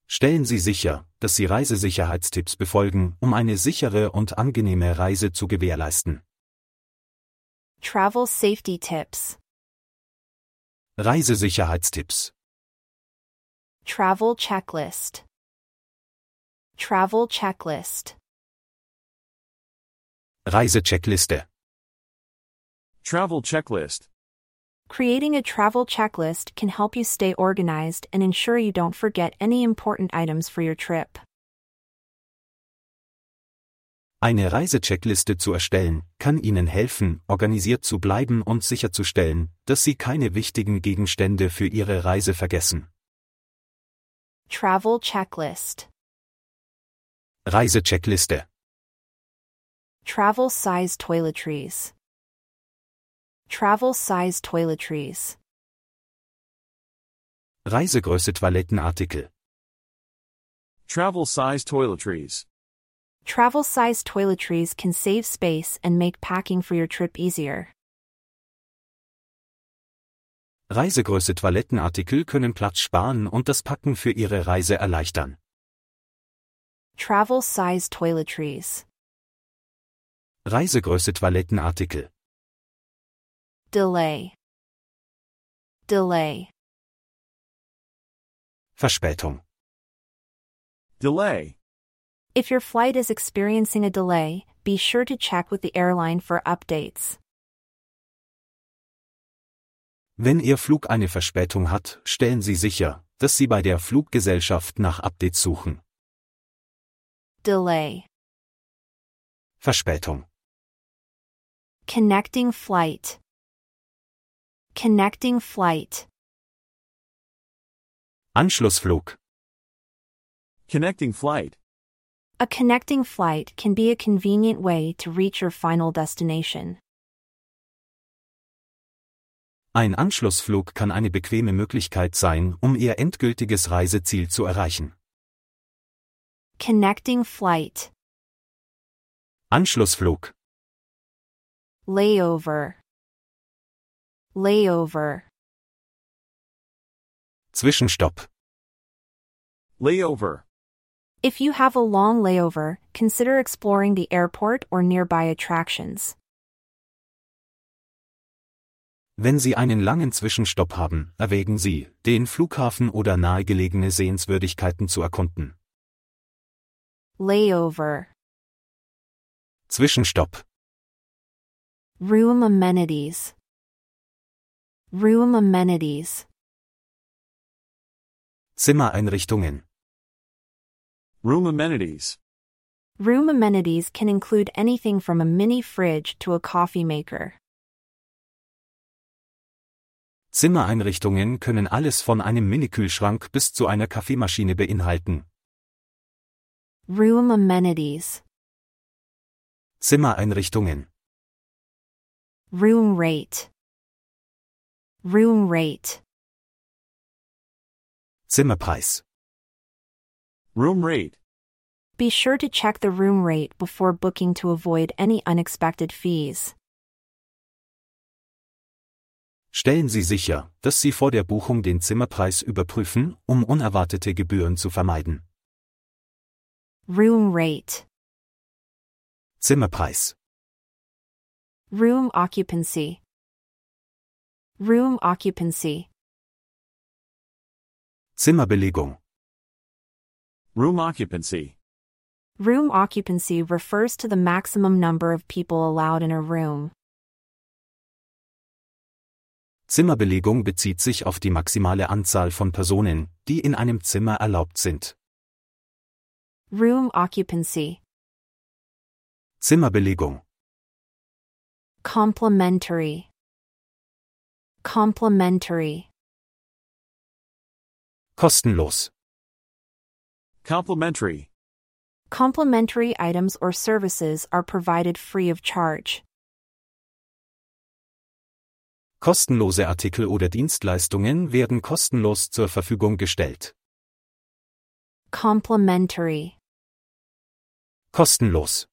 B: Stellen Sie sicher, dass Sie Reisesicherheitstipps befolgen, um eine sichere und angenehme Reise zu gewährleisten.
A: Travel safety tips.
B: Reisesicherheitstipps.
A: Travel checklist. Travel checklist.
B: Reisecheckliste.
C: Travel checklist.
A: Creating a travel checklist can help you stay organized and ensure you don't forget any important items for your trip.
B: Eine Reisecheckliste zu erstellen, kann Ihnen helfen, organisiert zu bleiben und sicherzustellen, dass Sie keine wichtigen Gegenstände für Ihre Reise vergessen.
A: Travel checklist.
B: Reisecheckliste.
A: Travel size toiletries. Travel size toiletries.
B: Reisegröße Toilettenartikel.
C: Travel size toiletries.
A: Travel size toiletries can save space and make packing for your trip easier.
B: Reisegröße Toilettenartikel können Platz sparen und das Packen für Ihre Reise erleichtern.
A: Travel size toiletries.
B: Reisegröße Toilettenartikel.
A: Delay. Delay.
B: Verspätung.
C: Delay.
A: If your flight is experiencing a delay, be sure to check with the airline for updates.
B: Wenn Ihr Flug eine Verspätung hat, stellen Sie sicher, dass Sie bei der Fluggesellschaft nach Updates suchen.
A: Delay.
B: Verspätung.
A: Connecting flight. Connecting flight.
B: Anschlussflug.
C: Connecting flight.
A: A connecting flight can be a convenient way to reach your final destination.
B: Ein Anschlussflug kann eine bequeme Möglichkeit sein, um Ihr endgültiges Reiseziel zu erreichen.
A: Connecting flight.
B: Anschlussflug.
A: Layover. Layover.
B: Zwischenstopp.
C: Layover.
A: If you have a long layover, consider exploring the airport or nearby attractions.
B: Wenn Sie einen langen Zwischenstopp haben, erwägen Sie, den Flughafen oder nahegelegene Sehenswürdigkeiten zu erkunden.
A: Layover.
B: Zwischenstopp.
A: Room amenities. Room amenities.
B: Zimmereinrichtungen.
C: Room amenities.
A: Room amenities can include anything from a mini fridge to a coffee maker.
B: Zimmereinrichtungen können alles von einem Minikühlschrank bis zu einer Kaffeemaschine beinhalten.
A: Room amenities.
B: Zimmereinrichtungen,
A: Room rate. Room rate.
B: Zimmerpreis,
C: Room rate.
A: Be sure to check the room rate before booking to avoid any unexpected fees.
B: Stellen Sie sicher, dass Sie vor der Buchung den Zimmerpreis überprüfen, um unerwartete Gebühren zu vermeiden.
A: Room rate.
B: Zimmerpreis,
A: Room occupancy. Room occupancy.
B: Zimmerbelegung,
C: Room occupancy.
A: Room occupancy refers to the maximum number of people allowed in a room.
B: Zimmerbelegung bezieht sich auf die maximale Anzahl von Personen, die in einem Zimmer erlaubt sind.
A: Room occupancy.
B: Zimmerbelegung,
A: Complementary. Complementary.
B: kostenlos,
C: Complimentary.
A: Complementary items or services are provided free of charge.
B: kostenlose Artikel oder Dienstleistungen werden kostenlos zur Verfügung gestellt.
A: Complementary.
B: Kostenlos,